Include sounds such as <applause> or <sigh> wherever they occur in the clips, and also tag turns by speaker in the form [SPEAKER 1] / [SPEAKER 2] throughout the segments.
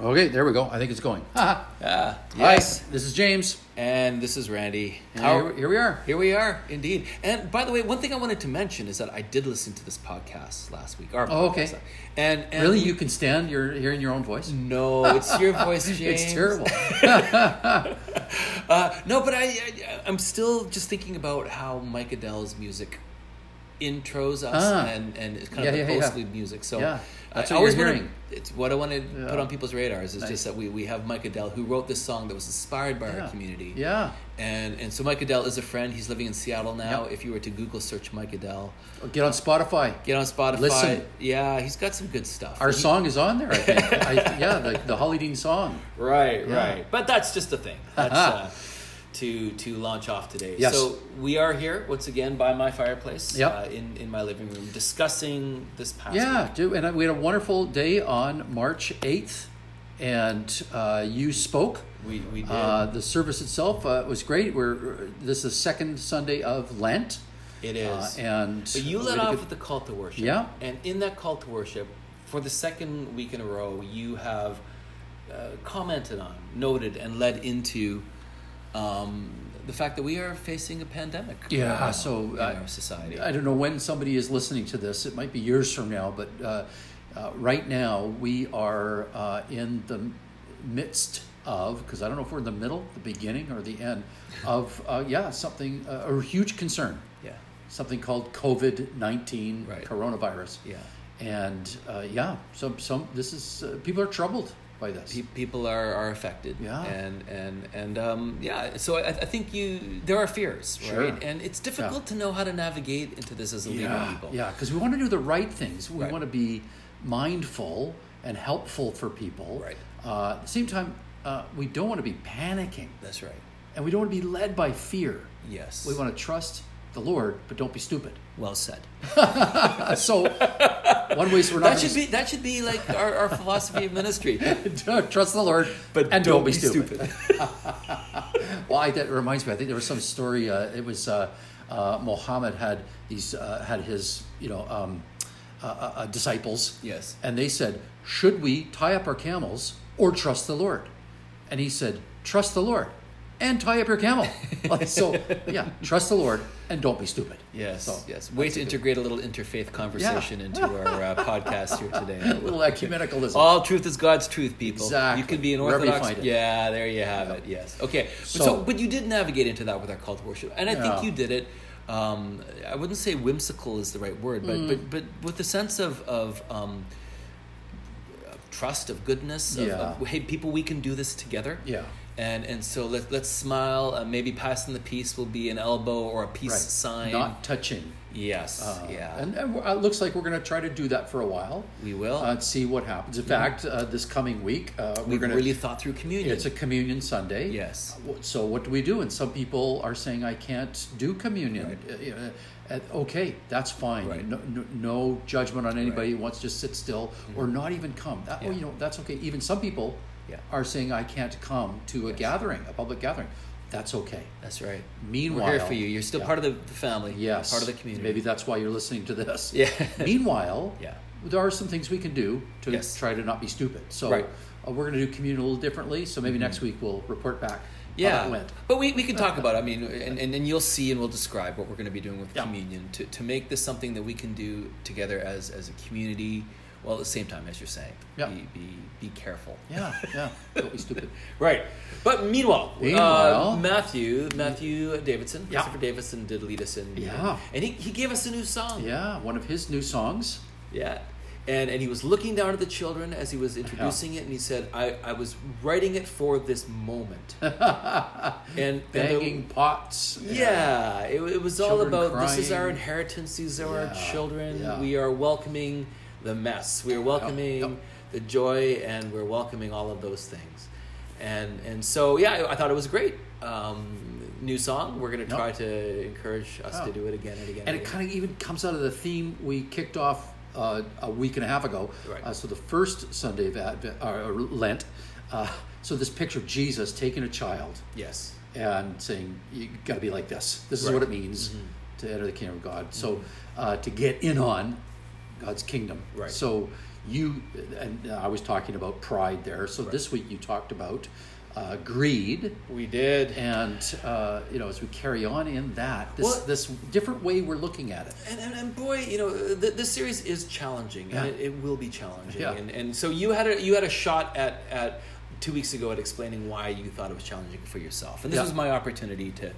[SPEAKER 1] Okay, there we go. I think it's going. Haha.
[SPEAKER 2] Uh,
[SPEAKER 1] Hi,
[SPEAKER 2] yes.
[SPEAKER 1] this is James.
[SPEAKER 2] And this is Randy.
[SPEAKER 1] And
[SPEAKER 2] How-
[SPEAKER 1] here, here we are.
[SPEAKER 2] here we are, indeed. And by the way, one thing I wanted to mention is that I did listen to this podcast last week. Our
[SPEAKER 1] Oh, okay.
[SPEAKER 2] podcast. And, and
[SPEAKER 1] Really, you can stand? You're hearing your own voice?
[SPEAKER 2] No, it's
[SPEAKER 1] <laughs>
[SPEAKER 2] your voice, James.
[SPEAKER 1] It's terrible.
[SPEAKER 2] Uh, no, but I, I, I'm still just thinking about how Mike Adele's music intros us
[SPEAKER 1] Ah.
[SPEAKER 2] and, and it's kind
[SPEAKER 1] Yeah,
[SPEAKER 2] of
[SPEAKER 1] yeah,
[SPEAKER 2] the
[SPEAKER 1] yeah.
[SPEAKER 2] ghostly music. So
[SPEAKER 1] Yeah, that's
[SPEAKER 2] I
[SPEAKER 1] what
[SPEAKER 2] always
[SPEAKER 1] you're
[SPEAKER 2] wanna-
[SPEAKER 1] hearing.
[SPEAKER 2] It's what I want to put
[SPEAKER 1] Yeah.
[SPEAKER 2] on people's radars is just that we, we have Mike Adele who wrote this song that was inspired by
[SPEAKER 1] Yeah.
[SPEAKER 2] <laughs> our community.
[SPEAKER 1] Yeah.
[SPEAKER 2] And and so Mike Adele is a friend. He's living in Seattle now.
[SPEAKER 1] Yep.
[SPEAKER 2] If you were to Google search Mike Adele,
[SPEAKER 1] Get on Spotify.
[SPEAKER 2] get on Spotify.
[SPEAKER 1] Listen.
[SPEAKER 2] Yeah, he's got some good stuff.
[SPEAKER 1] Our
[SPEAKER 2] He-
[SPEAKER 1] song is on there, I think. I, yeah, the, the Holly Dean song. Yeah.
[SPEAKER 2] Right,
[SPEAKER 1] Uh-huh.
[SPEAKER 2] right. But that's just a thing. That's uh, to to launch off today.
[SPEAKER 1] Yes.
[SPEAKER 2] So we are here once again by my fireplace.
[SPEAKER 1] Yep.
[SPEAKER 2] Uh, in in my living room, discussing this past.
[SPEAKER 1] Yeah,
[SPEAKER 2] week.
[SPEAKER 1] dude, and we had a wonderful day on March 8th, and uh, you spoke.
[SPEAKER 2] We we did.
[SPEAKER 1] Uh, the service itself uh, was great. We're this is the second Sunday of Lent,
[SPEAKER 2] it
[SPEAKER 1] uh,
[SPEAKER 2] is.
[SPEAKER 1] and
[SPEAKER 2] but you
[SPEAKER 1] we had
[SPEAKER 2] let
[SPEAKER 1] a
[SPEAKER 2] off
[SPEAKER 1] good-
[SPEAKER 2] with the call to worship.
[SPEAKER 1] Yeah.
[SPEAKER 2] And in that call to worship, for the second week in a row, you have uh, commented on, noted, and led into. Um, the fact that we are facing a pandemic,
[SPEAKER 1] Yeah,
[SPEAKER 2] right now
[SPEAKER 1] so,
[SPEAKER 2] in
[SPEAKER 1] uh,
[SPEAKER 2] our society,
[SPEAKER 1] I don't know when somebody is listening to this. It might be years from now, but uh, uh, right now we are uh, in the midst of because I don't know if we're in the middle, the beginning, or the end of uh, yeah something uh, a huge concern,
[SPEAKER 2] yeah,
[SPEAKER 1] something called COVID nineteen
[SPEAKER 2] Right.
[SPEAKER 1] coronavirus,
[SPEAKER 2] yeah.
[SPEAKER 1] and uh, yeah, some some this is uh, people are troubled by this.
[SPEAKER 2] pe- people are, are affected
[SPEAKER 1] Yeah.
[SPEAKER 2] and and and um, yeah so I, I think you there are fears
[SPEAKER 1] Sure.
[SPEAKER 2] right and it's difficult to know how to navigate into this as a leader
[SPEAKER 1] yeah,
[SPEAKER 2] people
[SPEAKER 1] yeah, because we want to do the right things. We
[SPEAKER 2] Right.
[SPEAKER 1] want to be mindful and helpful for people.
[SPEAKER 2] Right.
[SPEAKER 1] Uh, at the same time, uh, we don't want to be panicking,
[SPEAKER 2] that's right
[SPEAKER 1] and we don't want to be led by fear.
[SPEAKER 2] yes
[SPEAKER 1] We want to trust the Lord, but don't be stupid.
[SPEAKER 2] well said
[SPEAKER 1] Uh, so, one way so we're not
[SPEAKER 2] that should be that should be like our, our philosophy of
[SPEAKER 1] <laughs>
[SPEAKER 2] ministry
[SPEAKER 1] gonna trust the Lord,
[SPEAKER 2] but
[SPEAKER 1] and don't, be stupid. Well, I, that reminds me. I think there was some story. Uh, it was uh, uh, Mohammed had these uh, had his you know um, uh, uh, uh, disciples.
[SPEAKER 2] Yes.
[SPEAKER 1] And they said, "Should we tie up our camels or trust the Lord?" And he said, "Trust the Lord." And tie up your
[SPEAKER 2] <laughs>
[SPEAKER 1] camel. Like, so, yeah, trust the Lord and don't be stupid.
[SPEAKER 2] yes
[SPEAKER 1] So,
[SPEAKER 2] yes way to integrate a little interfaith conversation into our uh, podcast here
[SPEAKER 1] <laughs>
[SPEAKER 2] today
[SPEAKER 1] little ecumenicalism.
[SPEAKER 2] All truth is God's truth, people.
[SPEAKER 1] Exactly.
[SPEAKER 2] You can be an
[SPEAKER 1] Wherever you
[SPEAKER 2] Orthodox.
[SPEAKER 1] find it.
[SPEAKER 2] Yeah, there you have it. Yes. Okay. But so,
[SPEAKER 1] So-
[SPEAKER 2] but you did navigate into that with our call to worship, and I
[SPEAKER 1] Yeah.
[SPEAKER 2] think you did it. Um, I wouldn't say whimsical is the right word, but but but with the sense of of um, of trust, of goodness, of,
[SPEAKER 1] Yeah.
[SPEAKER 2] of hey, people, we can do this together.
[SPEAKER 1] Yeah.
[SPEAKER 2] And and so let let's smile. Uh, maybe passing the peace will be an elbow or a peace
[SPEAKER 1] Right.
[SPEAKER 2] sign.
[SPEAKER 1] Not touching.
[SPEAKER 2] yes.
[SPEAKER 1] Uh,
[SPEAKER 2] yeah.
[SPEAKER 1] And, and we're- it looks like we're going to try to do that for a while.
[SPEAKER 2] we will.
[SPEAKER 1] Uh, and see what happens. In fact, uh, this coming week, uh, we're
[SPEAKER 2] We've
[SPEAKER 1] going to
[SPEAKER 2] really thought through communion.
[SPEAKER 1] It's a communion Sunday.
[SPEAKER 2] Yes.
[SPEAKER 1] Uh, wh- So what do we do? And some people are saying, "I can't do communion." Uh, uh, uh, okay, that's fine.
[SPEAKER 2] Right.
[SPEAKER 1] No, no, no judgment on anybody who wants to sit still or not even come. That,
[SPEAKER 2] Mm-hmm. Yeah.
[SPEAKER 1] You know, that's okay. Even some people
[SPEAKER 2] Yeah.
[SPEAKER 1] are saying, "I can't come to a gathering, a public gathering." That's okay.
[SPEAKER 2] That's right.
[SPEAKER 1] Meanwhile,
[SPEAKER 2] We're here for you. You're still
[SPEAKER 1] Yeah.
[SPEAKER 2] part of the, the family.
[SPEAKER 1] Yes.
[SPEAKER 2] Part of the community.
[SPEAKER 1] Maybe that's why you're listening to this.
[SPEAKER 2] Yeah.
[SPEAKER 1] <laughs> Meanwhile,
[SPEAKER 2] Yeah.
[SPEAKER 1] there are some things we can do to
[SPEAKER 2] Yes.
[SPEAKER 1] try to not be stupid. So
[SPEAKER 2] Right. Mm-hmm.
[SPEAKER 1] uh, we're going to do communion a little differently. So maybe next week we'll report back how
[SPEAKER 2] Yeah.
[SPEAKER 1] that went.
[SPEAKER 2] But we, we can talk about it. I mean, and, and, and you'll see and we'll describe what we're going to be doing with
[SPEAKER 1] Yeah.
[SPEAKER 2] communion to, to make this something that we can do together as, as a community, while at the same time, as you're saying.
[SPEAKER 1] Yeah.
[SPEAKER 2] Be, be, be careful.
[SPEAKER 1] Yeah, yeah. Don't be stupid.
[SPEAKER 2] Right. But meanwhile,
[SPEAKER 1] Meanwhile-
[SPEAKER 2] uh, Matthew, Matthew Davidson,
[SPEAKER 1] Yeah.
[SPEAKER 2] Christopher Davidson did lead us in.
[SPEAKER 1] Yeah.
[SPEAKER 2] And he, he gave us a new song.
[SPEAKER 1] Yeah, one of his new songs.
[SPEAKER 2] Yeah. And, and he was looking down at the children as he was introducing it, and he said, I, I was writing it for this
[SPEAKER 1] <laughs>
[SPEAKER 2] moment. and, and the,
[SPEAKER 1] Banging pots. and-
[SPEAKER 2] yeah, it, it was all
[SPEAKER 1] Children
[SPEAKER 2] about this is our
[SPEAKER 1] crying.
[SPEAKER 2] inheritance, these are our
[SPEAKER 1] Yeah,
[SPEAKER 2] children.
[SPEAKER 1] yeah.
[SPEAKER 2] We are welcoming the mess, we are welcoming
[SPEAKER 1] yep.
[SPEAKER 2] the joy, and we're welcoming all of those things. And and so yeah, I thought it was great. Um, new song. We're gonna try to encourage us to
[SPEAKER 1] Yeah.
[SPEAKER 2] do it again and again.
[SPEAKER 1] Oh. And it
[SPEAKER 2] again.
[SPEAKER 1] kind of even comes out of the theme we kicked off uh, a week and a half ago.
[SPEAKER 2] Right.
[SPEAKER 1] Uh, so the first Sunday of Advent, or or Lent. Uh, so this picture of Jesus taking a child
[SPEAKER 2] yes,
[SPEAKER 1] and saying, "You got to be like this. This is
[SPEAKER 2] Right. Mm-hmm.
[SPEAKER 1] what it means to enter the kingdom of God." So uh, to get in on God's kingdom.
[SPEAKER 2] Right.
[SPEAKER 1] So You and uh, I was talking about pride there. So this week you talked about uh, greed,
[SPEAKER 2] We did.
[SPEAKER 1] and uh, you know as we carry on in that this
[SPEAKER 2] Well-
[SPEAKER 1] this different way we're looking at it.
[SPEAKER 2] and, and, and boy, you know, th- this series is challenging, and
[SPEAKER 1] Yeah.
[SPEAKER 2] it, it will be challenging.
[SPEAKER 1] Yeah.
[SPEAKER 2] And, and so you had a you had a shot at at two weeks ago at explaining why you thought it was challenging for yourself, and this
[SPEAKER 1] Yeah.
[SPEAKER 2] was my opportunity to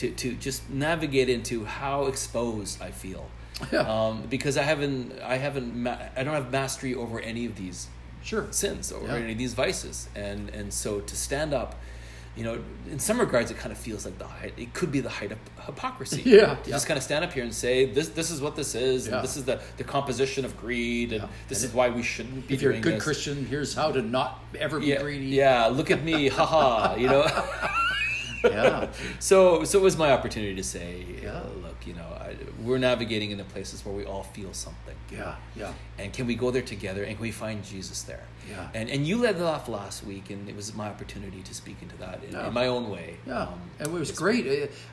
[SPEAKER 2] to to just navigate into how exposed I feel,
[SPEAKER 1] Yeah.
[SPEAKER 2] um, because I haven't I haven't ma- I don't have mastery over any of these
[SPEAKER 1] Sure.
[SPEAKER 2] sins or
[SPEAKER 1] Yeah.
[SPEAKER 2] any of these vices, and and so to stand up. You know, in some regards, it kind of feels like the height. It could be the height of hypocrisy.
[SPEAKER 1] <laughs> Yeah.
[SPEAKER 2] To just kind of stand up here and say this this is what this is
[SPEAKER 1] Yeah.
[SPEAKER 2] and this is the, the composition of greed and
[SPEAKER 1] Yeah.
[SPEAKER 2] this
[SPEAKER 1] And
[SPEAKER 2] is why we shouldn't be
[SPEAKER 1] If you're a
[SPEAKER 2] doing
[SPEAKER 1] good
[SPEAKER 2] this.
[SPEAKER 1] Christian, here's how to not ever be
[SPEAKER 2] yeah,
[SPEAKER 1] greedy.
[SPEAKER 2] yeah look at me haha you know <laughs>
[SPEAKER 1] yeah.
[SPEAKER 2] so so it was my opportunity to say
[SPEAKER 1] Yeah.
[SPEAKER 2] uh, look you know I, we're navigating into places where we all feel something
[SPEAKER 1] Yeah. Yeah.
[SPEAKER 2] and can we go there together and can we find jesus there
[SPEAKER 1] Yeah.
[SPEAKER 2] and and you led it off last week and it was my opportunity to speak into that in,
[SPEAKER 1] Yeah.
[SPEAKER 2] in my own way Um,
[SPEAKER 1] Yeah, and it was great.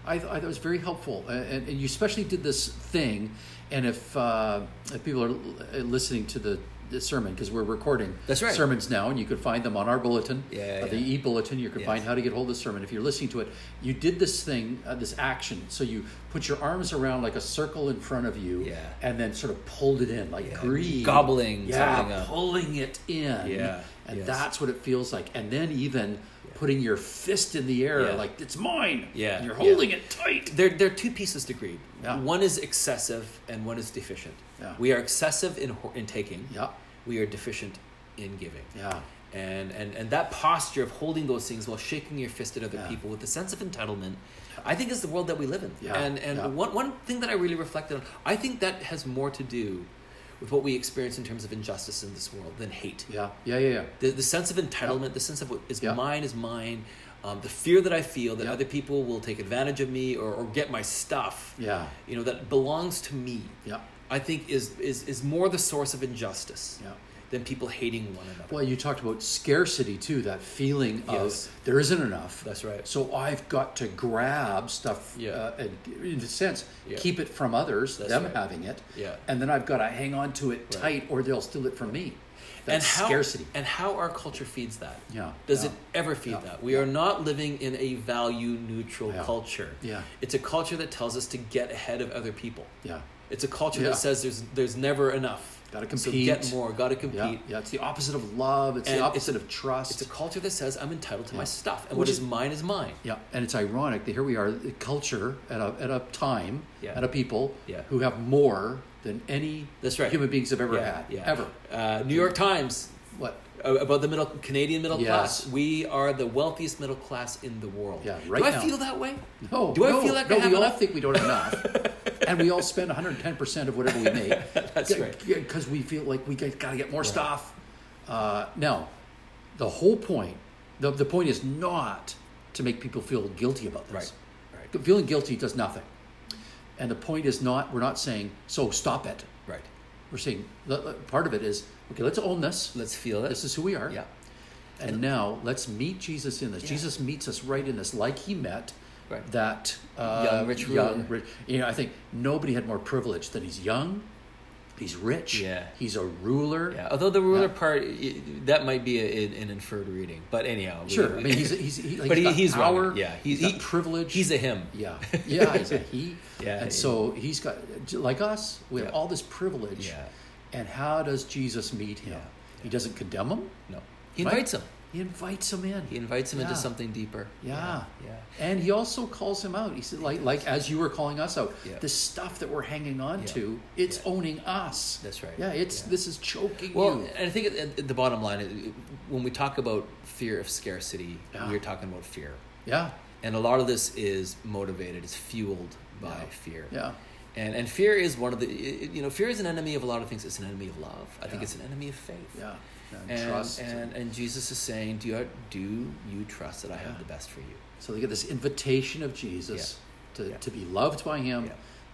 [SPEAKER 1] I, I, I thought it was very helpful, Uh, and, and you especially did this thing. And if, uh, if people are l- uh, listening to the, the sermon, because we're recording
[SPEAKER 2] That's right.
[SPEAKER 1] sermons now, and you can find them on our bulletin,
[SPEAKER 2] Yeah,
[SPEAKER 1] uh, the
[SPEAKER 2] yeah.
[SPEAKER 1] e bulletin. You can find
[SPEAKER 2] Yes.
[SPEAKER 1] how to get hold of the sermon. If you're listening to it, you did this thing, uh, this action. So you put your arms around like a circle in front of you,
[SPEAKER 2] Yeah.
[SPEAKER 1] and then sort of pulled it in, like
[SPEAKER 2] Yeah,
[SPEAKER 1] greed,
[SPEAKER 2] gobbling something
[SPEAKER 1] yeah,
[SPEAKER 2] up.
[SPEAKER 1] pulling it in,
[SPEAKER 2] Yeah,
[SPEAKER 1] and
[SPEAKER 2] yes.
[SPEAKER 1] that's what it feels like. And then even putting your fist in the air,
[SPEAKER 2] Yeah.
[SPEAKER 1] like it's mine.
[SPEAKER 2] Yeah,
[SPEAKER 1] And you're
[SPEAKER 2] yeah.
[SPEAKER 1] holding it tight.
[SPEAKER 2] There, there are two pieces to greed.
[SPEAKER 1] Yeah.
[SPEAKER 2] One is excessive and one is deficient.
[SPEAKER 1] Yeah.
[SPEAKER 2] We are excessive in, ho- in taking.
[SPEAKER 1] Yeah.
[SPEAKER 2] We are deficient in giving.
[SPEAKER 1] Yeah.
[SPEAKER 2] And, and, and that posture of holding those things while shaking your fist at other
[SPEAKER 1] Yeah.
[SPEAKER 2] people with a sense of entitlement, I think is the world that we live in.
[SPEAKER 1] Yeah,
[SPEAKER 2] And, and
[SPEAKER 1] yeah.
[SPEAKER 2] One, one thing that I really reflected on, I think that has more to do with what we experience in terms of injustice in this world than hate.
[SPEAKER 1] Yeah. Yeah. Yeah. Yeah.
[SPEAKER 2] The, the sense of entitlement, the sense of what is
[SPEAKER 1] Yeah.
[SPEAKER 2] mine is mine, um, the fear that I feel that
[SPEAKER 1] Yeah.
[SPEAKER 2] other people will take advantage of me or, or get my stuff,
[SPEAKER 1] Yeah.
[SPEAKER 2] you know, that belongs to me,
[SPEAKER 1] Yeah.
[SPEAKER 2] I think is, is, is more the source of injustice
[SPEAKER 1] Yeah.
[SPEAKER 2] than people hating one another.
[SPEAKER 1] Well, you talked about scarcity too, that feeling
[SPEAKER 2] Yes.
[SPEAKER 1] of there isn't enough.
[SPEAKER 2] That's right.
[SPEAKER 1] So I've got to grab stuff
[SPEAKER 2] Yeah.
[SPEAKER 1] uh, and in a sense
[SPEAKER 2] Yeah.
[SPEAKER 1] keep it from others,
[SPEAKER 2] That's
[SPEAKER 1] them
[SPEAKER 2] right.
[SPEAKER 1] having it.
[SPEAKER 2] Yeah.
[SPEAKER 1] And then I've got to hang on to it tight or they'll steal it from me.
[SPEAKER 2] and
[SPEAKER 1] That's
[SPEAKER 2] how,
[SPEAKER 1] scarcity.
[SPEAKER 2] And how our culture feeds that.
[SPEAKER 1] Yeah,
[SPEAKER 2] Does
[SPEAKER 1] yeah,
[SPEAKER 2] it ever feed
[SPEAKER 1] yeah,
[SPEAKER 2] that? We are not living in a value neutral
[SPEAKER 1] Yeah,
[SPEAKER 2] culture.
[SPEAKER 1] yeah.
[SPEAKER 2] It's a culture that tells us to get ahead of other people.
[SPEAKER 1] Yeah.
[SPEAKER 2] It's a culture
[SPEAKER 1] Yeah.
[SPEAKER 2] that says there's there's never enough.
[SPEAKER 1] Gotta
[SPEAKER 2] So get
[SPEAKER 1] compete.
[SPEAKER 2] more, gotta
[SPEAKER 1] Yeah.
[SPEAKER 2] compete.
[SPEAKER 1] Yeah. It's the opposite of love. It's
[SPEAKER 2] And
[SPEAKER 1] the
[SPEAKER 2] it's-
[SPEAKER 1] opposite of trust.
[SPEAKER 2] It's a culture that says I'm entitled to my stuff, and
[SPEAKER 1] Which
[SPEAKER 2] what is
[SPEAKER 1] is-
[SPEAKER 2] mine is mine.
[SPEAKER 1] Yeah, and it's ironic that here we are, the culture at a, at a time,
[SPEAKER 2] Yeah.
[SPEAKER 1] at a people
[SPEAKER 2] Yeah.
[SPEAKER 1] who have more than any
[SPEAKER 2] That's right.
[SPEAKER 1] human beings have ever
[SPEAKER 2] Yeah,
[SPEAKER 1] had,
[SPEAKER 2] yeah.
[SPEAKER 1] ever.
[SPEAKER 2] Uh, New York Times
[SPEAKER 1] What?
[SPEAKER 2] uh, about the middle Canadian middle
[SPEAKER 1] Yes.
[SPEAKER 2] class. We are the wealthiest middle class in the world.
[SPEAKER 1] Yeah,
[SPEAKER 2] Do
[SPEAKER 1] right
[SPEAKER 2] I
[SPEAKER 1] now.
[SPEAKER 2] feel that way?
[SPEAKER 1] No.
[SPEAKER 2] Do I
[SPEAKER 1] no,
[SPEAKER 2] feel like I
[SPEAKER 1] no,
[SPEAKER 2] have
[SPEAKER 1] we all
[SPEAKER 2] enough?
[SPEAKER 1] think we don't have enough,
[SPEAKER 2] <laughs>
[SPEAKER 1] and we all spend 110 percent of whatever we make.
[SPEAKER 2] That's right.
[SPEAKER 1] Because we feel like we got to get more stuff. Uh, now, the whole point, the, the point is not to make people feel guilty about this.
[SPEAKER 2] Right. Right.
[SPEAKER 1] Feeling guilty does nothing. And the point is not, we're not saying, so stop it.
[SPEAKER 2] Right.
[SPEAKER 1] we're seeing le- le- part of it is okay let's own this
[SPEAKER 2] Let's feel it.
[SPEAKER 1] this is who we are
[SPEAKER 2] yeah.
[SPEAKER 1] and, now let's meet jesus in this jesus meets us right in this like he met
[SPEAKER 2] Right.
[SPEAKER 1] that uh,
[SPEAKER 2] Young rich ruler.
[SPEAKER 1] rich, you know i think nobody had more privilege than he's young he's rich
[SPEAKER 2] Yeah.
[SPEAKER 1] he's a ruler
[SPEAKER 2] Yeah. Although the ruler
[SPEAKER 1] Yeah.
[SPEAKER 2] part, i that might be a, an, an inferred reading, but anyhow. we-
[SPEAKER 1] sure i mean he's he's he, like,
[SPEAKER 2] but
[SPEAKER 1] he's,
[SPEAKER 2] he, he's
[SPEAKER 1] got power
[SPEAKER 2] right. Yeah.
[SPEAKER 1] he's, got privilege
[SPEAKER 2] <laughs> He's a him. <laughs>
[SPEAKER 1] yeah yeah he's a he
[SPEAKER 2] Yeah,
[SPEAKER 1] and
[SPEAKER 2] he-
[SPEAKER 1] so he's got like us we have
[SPEAKER 2] Yeah.
[SPEAKER 1] all this privilege
[SPEAKER 2] Yeah.
[SPEAKER 1] and how does jesus meet him
[SPEAKER 2] Yeah.
[SPEAKER 1] he doesn't condemn him
[SPEAKER 2] No. He
[SPEAKER 1] Right?
[SPEAKER 2] invites him.
[SPEAKER 1] He invites him in.
[SPEAKER 2] He invites him into
[SPEAKER 1] Yeah.
[SPEAKER 2] something deeper.
[SPEAKER 1] yeah.
[SPEAKER 2] Yeah. yeah.
[SPEAKER 1] And he also calls him out. He said, like, like as you were calling us out,
[SPEAKER 2] Yeah.
[SPEAKER 1] the stuff that we're hanging on
[SPEAKER 2] Yeah.
[SPEAKER 1] to, it's
[SPEAKER 2] Yeah.
[SPEAKER 1] owning us.
[SPEAKER 2] That's right.
[SPEAKER 1] Yeah, it's
[SPEAKER 2] Yeah.
[SPEAKER 1] this is choking
[SPEAKER 2] Well,
[SPEAKER 1] you.
[SPEAKER 2] and I think at- at the bottom line, it- it- when we talk about fear of scarcity,
[SPEAKER 1] Yeah.
[SPEAKER 2] we're talking about fear.
[SPEAKER 1] Yeah,
[SPEAKER 2] And a lot of this is motivated, it's fueled by
[SPEAKER 1] Yeah.
[SPEAKER 2] fear.
[SPEAKER 1] yeah,
[SPEAKER 2] And, and fear is one of the, it- it- you know, fear is an enemy of a lot of things. It's an enemy of love. I think
[SPEAKER 1] Yeah.
[SPEAKER 2] it's an enemy of faith.
[SPEAKER 1] yeah. And,
[SPEAKER 2] And,
[SPEAKER 1] trust.
[SPEAKER 2] And, and Jesus is saying, do you, do you trust that I have
[SPEAKER 1] Yeah.
[SPEAKER 2] the best for you?
[SPEAKER 1] so they get this invitation of Jesus to,
[SPEAKER 2] Yeah.
[SPEAKER 1] to be loved by him,
[SPEAKER 2] Yeah.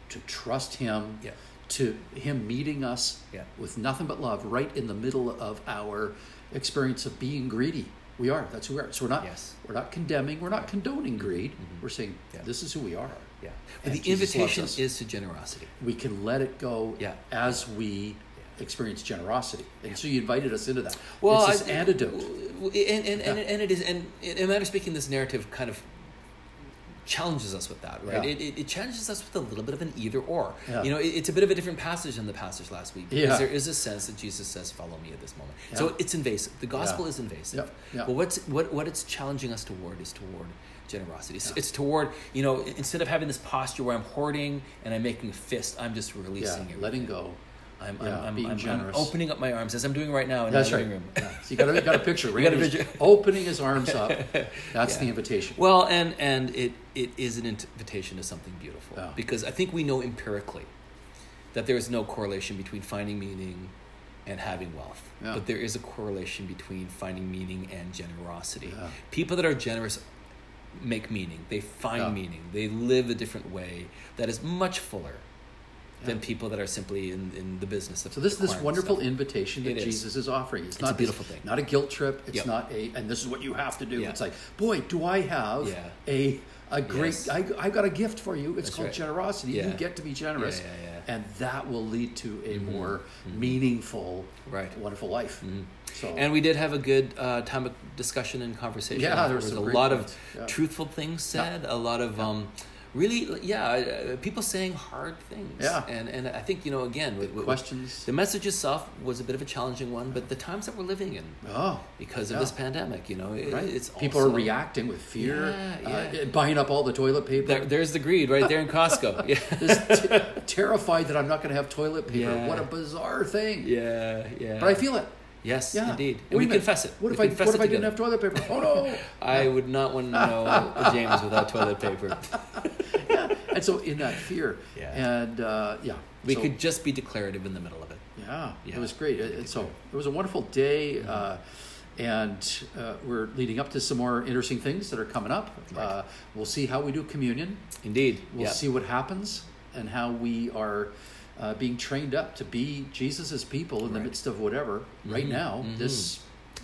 [SPEAKER 1] to trust him,
[SPEAKER 2] Yeah.
[SPEAKER 1] to him meeting us
[SPEAKER 2] Yeah.
[SPEAKER 1] with nothing but love right in the middle of our experience of being greedy. We are. That's who we are. So we're not.
[SPEAKER 2] Yes. Mm-hmm.
[SPEAKER 1] We're not condemning. We're not condoning greed. We're saying
[SPEAKER 2] Yeah.
[SPEAKER 1] this is who we are.
[SPEAKER 2] Yeah.
[SPEAKER 1] And
[SPEAKER 2] But the
[SPEAKER 1] Jesus loves
[SPEAKER 2] invitation
[SPEAKER 1] us.
[SPEAKER 2] is to generosity.
[SPEAKER 1] We can let it go
[SPEAKER 2] Yeah.
[SPEAKER 1] as we experience generosity. And so you invited us into that.
[SPEAKER 2] Well,
[SPEAKER 1] it's this
[SPEAKER 2] I-
[SPEAKER 1] antidote.
[SPEAKER 2] w- w- And and, and,
[SPEAKER 1] Yeah.
[SPEAKER 2] and it is, and in a matter of speaking, this narrative kind of challenges us with that, right?
[SPEAKER 1] Yeah.
[SPEAKER 2] It, it, it challenges us with a little bit of an either or.
[SPEAKER 1] Yeah.
[SPEAKER 2] You know, it, it's a bit of a different passage than the passage last week because
[SPEAKER 1] Yeah.
[SPEAKER 2] there is a sense that Jesus says, "Follow me" at this moment. So
[SPEAKER 1] Yeah.
[SPEAKER 2] it's invasive. The gospel
[SPEAKER 1] Yeah.
[SPEAKER 2] is invasive.
[SPEAKER 1] Yeah. Yeah.
[SPEAKER 2] But what's what what it's challenging us toward is toward generosity. It's, it's toward you know i- instead of having this posture where I'm hoarding and I'm making a fist, I'm just
[SPEAKER 1] yeah,
[SPEAKER 2] releasing it.
[SPEAKER 1] letting go.
[SPEAKER 2] I'm,
[SPEAKER 1] Yeah,
[SPEAKER 2] I'm, I'm,
[SPEAKER 1] being
[SPEAKER 2] I'm, I'm
[SPEAKER 1] generous.
[SPEAKER 2] opening up my arms as I'm doing right now in
[SPEAKER 1] That's
[SPEAKER 2] my
[SPEAKER 1] right.
[SPEAKER 2] living room.
[SPEAKER 1] Yeah. So you got a, you got a
[SPEAKER 2] <laughs>
[SPEAKER 1] picture.
[SPEAKER 2] got a
[SPEAKER 1] Randy's
[SPEAKER 2] picture.
[SPEAKER 1] opening his arms
[SPEAKER 2] <laughs>
[SPEAKER 1] up. That's the invitation.
[SPEAKER 2] Well, and and it it is an invitation to something beautiful
[SPEAKER 1] Yeah.
[SPEAKER 2] because I think we know empirically that there is no correlation between finding meaning and having wealth,
[SPEAKER 1] Yeah.
[SPEAKER 2] but there is a correlation between finding meaning and generosity.
[SPEAKER 1] Yeah.
[SPEAKER 2] People that are generous make meaning. They find
[SPEAKER 1] Yeah.
[SPEAKER 2] meaning. They live a different way that is much fuller than
[SPEAKER 1] Yeah.
[SPEAKER 2] people that are simply in, in the business of
[SPEAKER 1] So this is this
[SPEAKER 2] acquiring
[SPEAKER 1] wonderful
[SPEAKER 2] stuff.
[SPEAKER 1] invitation that
[SPEAKER 2] It is.
[SPEAKER 1] Jesus is offering. It's,
[SPEAKER 2] It's
[SPEAKER 1] not
[SPEAKER 2] a beautiful
[SPEAKER 1] this-
[SPEAKER 2] thing.
[SPEAKER 1] Not a guilt trip. It's
[SPEAKER 2] Yep.
[SPEAKER 1] not a and this is what you have to do.
[SPEAKER 2] Yeah.
[SPEAKER 1] It's like, boy, do I have
[SPEAKER 2] Yeah.
[SPEAKER 1] a a great
[SPEAKER 2] Yes.
[SPEAKER 1] I I got a gift for you. It's
[SPEAKER 2] That's
[SPEAKER 1] called
[SPEAKER 2] right.
[SPEAKER 1] generosity. You
[SPEAKER 2] Yeah.
[SPEAKER 1] get to be generous.
[SPEAKER 2] Yeah, yeah, Mm-hmm.
[SPEAKER 1] And that will lead to a more meaningful,
[SPEAKER 2] Right. Mm-hmm.
[SPEAKER 1] wonderful life. So
[SPEAKER 2] And we did have a good uh, time of discussion and conversation.
[SPEAKER 1] Yeah, there were
[SPEAKER 2] afterwards.
[SPEAKER 1] some
[SPEAKER 2] a
[SPEAKER 1] great
[SPEAKER 2] lot
[SPEAKER 1] points.
[SPEAKER 2] of
[SPEAKER 1] Yeah.
[SPEAKER 2] truthful things said. A lot of um, really, yeah, uh, people saying hard things.
[SPEAKER 1] Yeah.
[SPEAKER 2] and and I think you know again, with, with-
[SPEAKER 1] questions.
[SPEAKER 2] the message itself was a bit of a challenging one, but the times that we're living in
[SPEAKER 1] oh.
[SPEAKER 2] because of
[SPEAKER 1] Yeah.
[SPEAKER 2] this pandemic, you know, it,
[SPEAKER 1] Right.
[SPEAKER 2] it's
[SPEAKER 1] People are
[SPEAKER 2] also-
[SPEAKER 1] reacting with fear,
[SPEAKER 2] Yeah, yeah.
[SPEAKER 1] Uh, buying up all the toilet paper.
[SPEAKER 2] There, there's the greed right there in
[SPEAKER 1] <laughs>
[SPEAKER 2] Costco. yeah. <laughs>
[SPEAKER 1] This t- terrified that I'm not going to have toilet paper.
[SPEAKER 2] Yeah.
[SPEAKER 1] What a bizarre thing.
[SPEAKER 2] Yeah, yeah.
[SPEAKER 1] But I feel it.
[SPEAKER 2] yes,
[SPEAKER 1] Yeah.
[SPEAKER 2] indeed,
[SPEAKER 1] Wait
[SPEAKER 2] and
[SPEAKER 1] a
[SPEAKER 2] we
[SPEAKER 1] minute.
[SPEAKER 2] confess it.
[SPEAKER 1] What
[SPEAKER 2] We
[SPEAKER 1] if I
[SPEAKER 2] confess
[SPEAKER 1] what
[SPEAKER 2] it
[SPEAKER 1] if I didn't
[SPEAKER 2] together.
[SPEAKER 1] have toilet paper? Oh no.
[SPEAKER 2] I would not want to
[SPEAKER 1] <laughs>
[SPEAKER 2] know a James without toilet paper. <laughs>
[SPEAKER 1] and so in that fear.
[SPEAKER 2] Yeah.
[SPEAKER 1] And uh, yeah.
[SPEAKER 2] We
[SPEAKER 1] So,
[SPEAKER 2] could just be declarative in the middle of it.
[SPEAKER 1] Yeah,
[SPEAKER 2] Yeah. Mm-hmm.
[SPEAKER 1] It was great. And and so it was a wonderful day. Uh, and uh, we're leading up to some more interesting things that are coming up. Uh, we'll see how we do communion.
[SPEAKER 2] Indeed.
[SPEAKER 1] We'll
[SPEAKER 2] yeah.
[SPEAKER 1] see what happens and how we are uh, being trained up to be Jesus' people in the
[SPEAKER 2] Right. Mm-hmm.
[SPEAKER 1] midst of whatever right now, this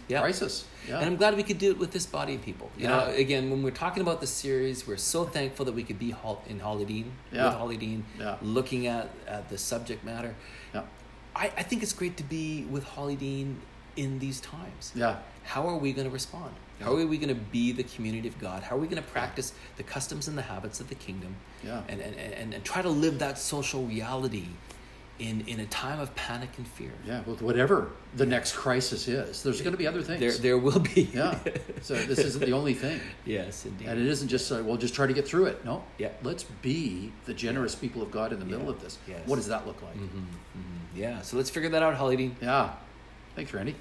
[SPEAKER 2] Yeah.
[SPEAKER 1] crisis. Yeah.
[SPEAKER 2] And I'm glad we could do it with this body of people. You know,
[SPEAKER 1] Yeah.
[SPEAKER 2] again, when we're talking about this series, we're so thankful that we could be hol- in Holidine,
[SPEAKER 1] Yeah.
[SPEAKER 2] with Holidine,
[SPEAKER 1] Yeah.
[SPEAKER 2] looking at, at the subject matter.
[SPEAKER 1] yeah.
[SPEAKER 2] I, I think it's great to be with Holidine in these times.
[SPEAKER 1] Yeah.
[SPEAKER 2] How are we going to respond? How are we going to be the community of God? How are we going to practice the customs and the habits of the kingdom?
[SPEAKER 1] Yeah.
[SPEAKER 2] And, and, and, and try to live that social reality in, in a time of panic and fear.
[SPEAKER 1] Yeah, with whatever the next crisis is, there's going to be other things.
[SPEAKER 2] There, there will be.
[SPEAKER 1] yeah. So this isn't the only thing.
[SPEAKER 2] <laughs> yes, indeed.
[SPEAKER 1] And it isn't just, uh, well, just try to get through it. No.
[SPEAKER 2] Yeah.
[SPEAKER 1] Let's be the generous people of God in the middle
[SPEAKER 2] Yeah.
[SPEAKER 1] of this.
[SPEAKER 2] Yes. Mm-hmm.
[SPEAKER 1] What does that look like?
[SPEAKER 2] Yeah, so let's figure that out, Holly Dean.
[SPEAKER 1] Yeah. Thanks, Randy.